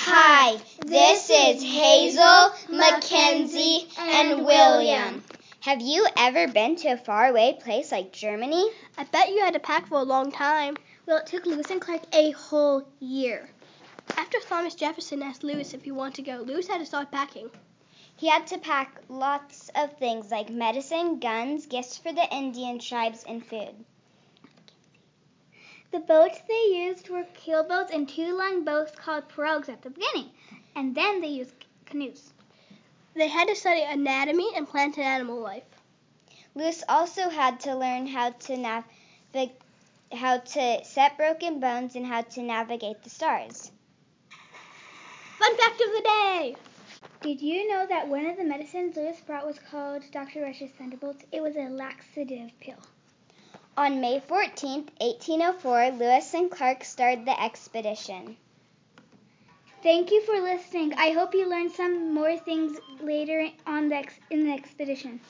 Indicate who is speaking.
Speaker 1: Hi, this is Hazel, Mackenzie, and William. Have you ever been to a faraway place like Germany?
Speaker 2: I bet you had to pack for a long time. Well, it took Lewis and Clark a whole year. After Thomas Jefferson asked Lewis if he wanted to go, Lewis had to start packing.
Speaker 1: He had to pack lots of things like medicine, guns, gifts for the Indian tribes, and food.
Speaker 3: The boats they used were keelboats and two long boats called pirogues at the beginning, and then they used canoes.
Speaker 2: They had to study anatomy and plant and animal life.
Speaker 1: Lewis also had to learn how to navigate, how to set broken bones, and how to navigate the stars.
Speaker 2: Fun fact of the day!
Speaker 3: Did you know that one of the medicines Lewis brought was called Dr. Rush's Thunderbolts? It was a laxative pill.
Speaker 1: On May 14, 1804, Lewis and Clark started the expedition.
Speaker 3: Thank you for listening. I hope you learned some more things later on the ex- in the expedition.